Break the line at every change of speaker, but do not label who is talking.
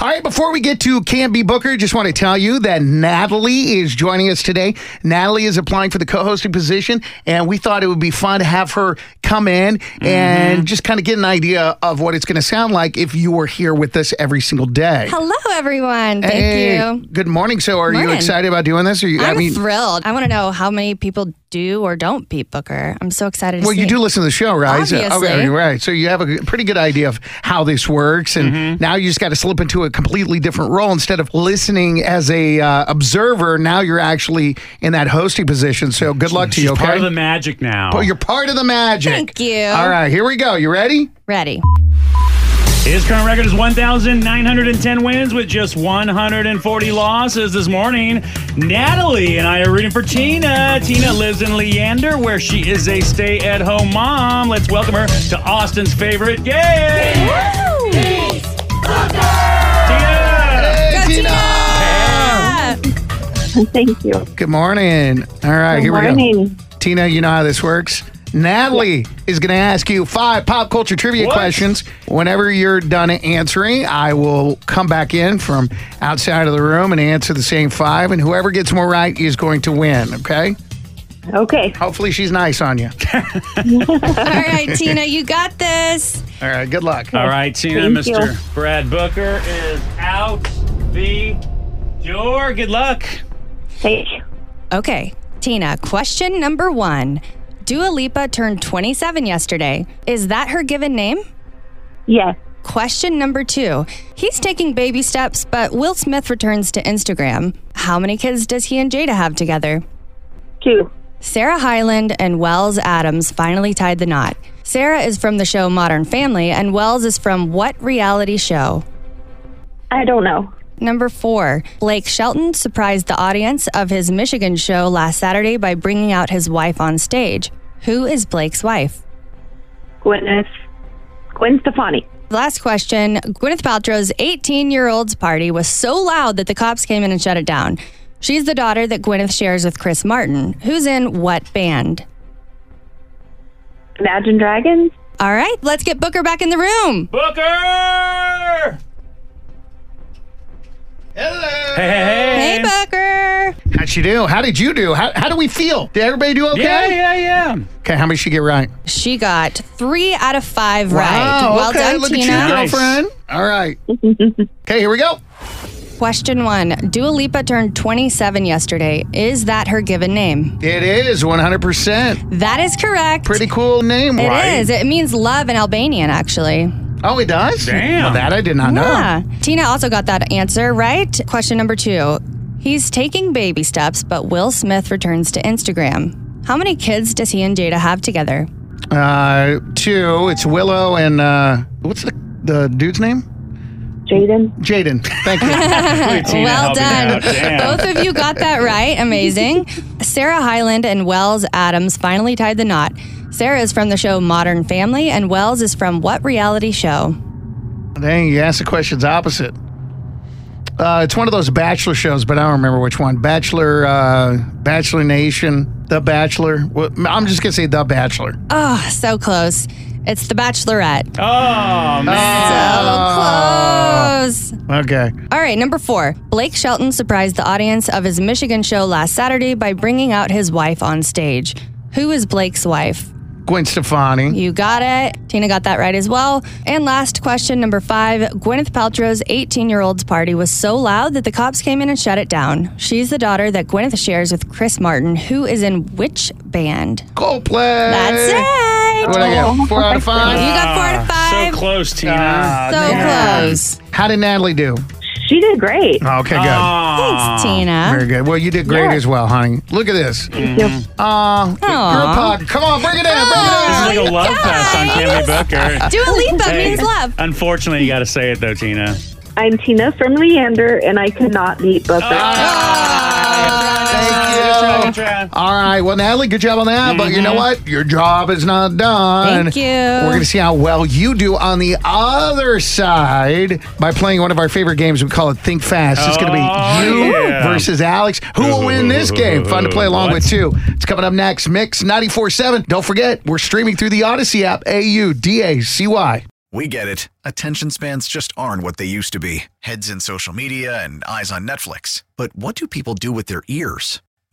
All right, before we get to Can't Be Booker, just want to tell you that Natalie is joining us today. Natalie is applying for the co hosting position, and we thought it would be fun to have her come in
Mm-hmm.
and just kind of get an idea of what it's going to sound like if you were here with us every single day.
Hello, everyone. Thank
Hey,
you.
Good morning. So, are you
Morning.
excited about doing this? Are you,
I'm
I mean,
thrilled. I want to know how many people do or don't beat Booker. I'm so excited. To
well,
see.
you do listen to the show, right? So-
Obviously.
okay, right. So you have a pretty good idea of how this works, and
Mm-hmm.
now you just got to slip into a completely different role instead of listening as a uh, observer. Now you're actually in that hosting position. So good luck to you. Okay,
Part of the magic now.
Oh, you're part of the magic.
Thank you.
All right, here we go. You ready?
ready.
His current record is 1,910 wins with just 140 losses this morning. Natalie and I are rooting for Tina. Tina lives in Leander, where she is a stay at home mom. Let's welcome her to Austin's favorite game. Tina!
Hey,
Go,
Tina.
Tina!
Thank you.
Good morning. All right,
Good
here we go.
morning.
Tina, you know how this works. Natalie is going to ask you five pop culture trivia
What?
questions. Whenever you're done answering, I will come back in from outside of the room and answer the same five, and whoever gets more right is going to win, okay?
Okay.
Hopefully, she's nice on you.
All right, Tina, you got this.
All right, good luck.
All right, Tina,
Thank
Mr.
you.
Brad Booker is out the door. Good luck.
Thank you.
Okay, Tina, question number one. Dua Lipa turned 27 yesterday. Is that her given name?
Yes.
Question number two. He's taking baby steps, but Will Smith returns to Instagram. How many kids does he and Jada have together?
Two.
Sarah Hyland and Wells Adams finally tied the knot. Sarah is from the show Modern Family, and Wells is from what reality show?
I don't know.
Number four, Blake Shelton surprised the audience of his Michigan show last Saturday by bringing out his wife on stage. Who is Blake's wife?
Gwyneth. Gwen Stefani.
Last question Gwyneth Paltrow's 18 year old's party was so loud that the cops came in and shut it down. She's the daughter that Gwyneth shares with Chris Martin, who's in what band?
Imagine Dragons.
All right, let's get Booker back in the room.
Booker!
Hello.
Hey,
Hey,
hey,
Booker.
How'd she do? How did you do? How, how do we feel? Did everybody do okay?
Yeah, yeah, yeah.
Okay, how many did she get right?
She got three out of five right.
Wow,
Well
okay,
done,
look
Tina.
at you,
Nice.
girlfriend. All right. okay, here we go.
Question one Dua Lipa turned 27 yesterday. Is that her given name?
It is 100%.
That is correct.
Pretty cool name,
It
right?
is. It means love in Albanian, actually.
Oh, it does?
Damn.
Well, that I did not know.
Yeah. Tina also got that answer, right? Question number two He's taking baby steps, but Will Smith returns to Instagram. How many kids does he and Jada have together?
Uh, two, it's Willow and uh, what's the, the dude's name?
Jaden.
Jaden. Thank you.
Look at Tina
well
helping
done.
out. Damn.
Both of you got that right. Amazing. Sarah Hyland and Wells Adams finally tied the knot. Sarah is from the show Modern Family, and Wells is from what reality show?
Dang, you asked the questions opposite. Uh, it's one of those bachelor shows, but I don't remember which one. Bachelor, uh, Bachelor Nation, The Bachelor. Well, I'm just gonna say The Bachelor.
Oh, so close. It's The Bachelorette.
Oh, man. Ah.
So close.
Okay.
All right, number four. Blake Shelton surprised the audience of his Michigan show last Saturday by bringing out his wife on stage. Who is Blake's wife?
Gwen Stefani.
You got it. Tina got that right as well. And last question, number five Gwyneth Paltrow's 18 year old's party was so loud that the cops came in and shut it down. She's the daughter that Gwyneth shares with Chris Martin, who is in which band?
Coldplay.
That's Oh.
What
right.
do I get? Four out of
You
five.
got four out of
So
five. Ah,
close, Tina.
So close.
How did Natalie do?
She did great.
Okay, good.
Oh,
Thanks,
Very
Tina.
good. Well, you did great
Yeah.
as well, honey. Look at this. Uh,
Thank you.
Aw, girl
Aw.
pop. Come on, bring it in.
This is
Bring it in.
like a love fest on Kimmy Booker.
Dua Lipa
Hey,
means love.
Unfortunately, you got to say it though, Tina.
I'm Tina from Leander, and I cannot beat Booker.
Try,
Thank you.
try.
All right. Well, Natalie, good job on that. But you know what? Your job is not done.
Thank you.
We're going to see how well you do on the other side by playing one of our favorite games. We call it Think Fast. It's going to
Oh,
be you
yeah.
versus Alex. Who will win this game? Fun to play along
What?
with, too. It's coming up next. Mix 94.7. Don't forget, we're streaming through the Odyssey app, A U D A C Y.
We get it. Attention spans just aren't what they used to be heads in social media and eyes on Netflix. But what do people do with their ears?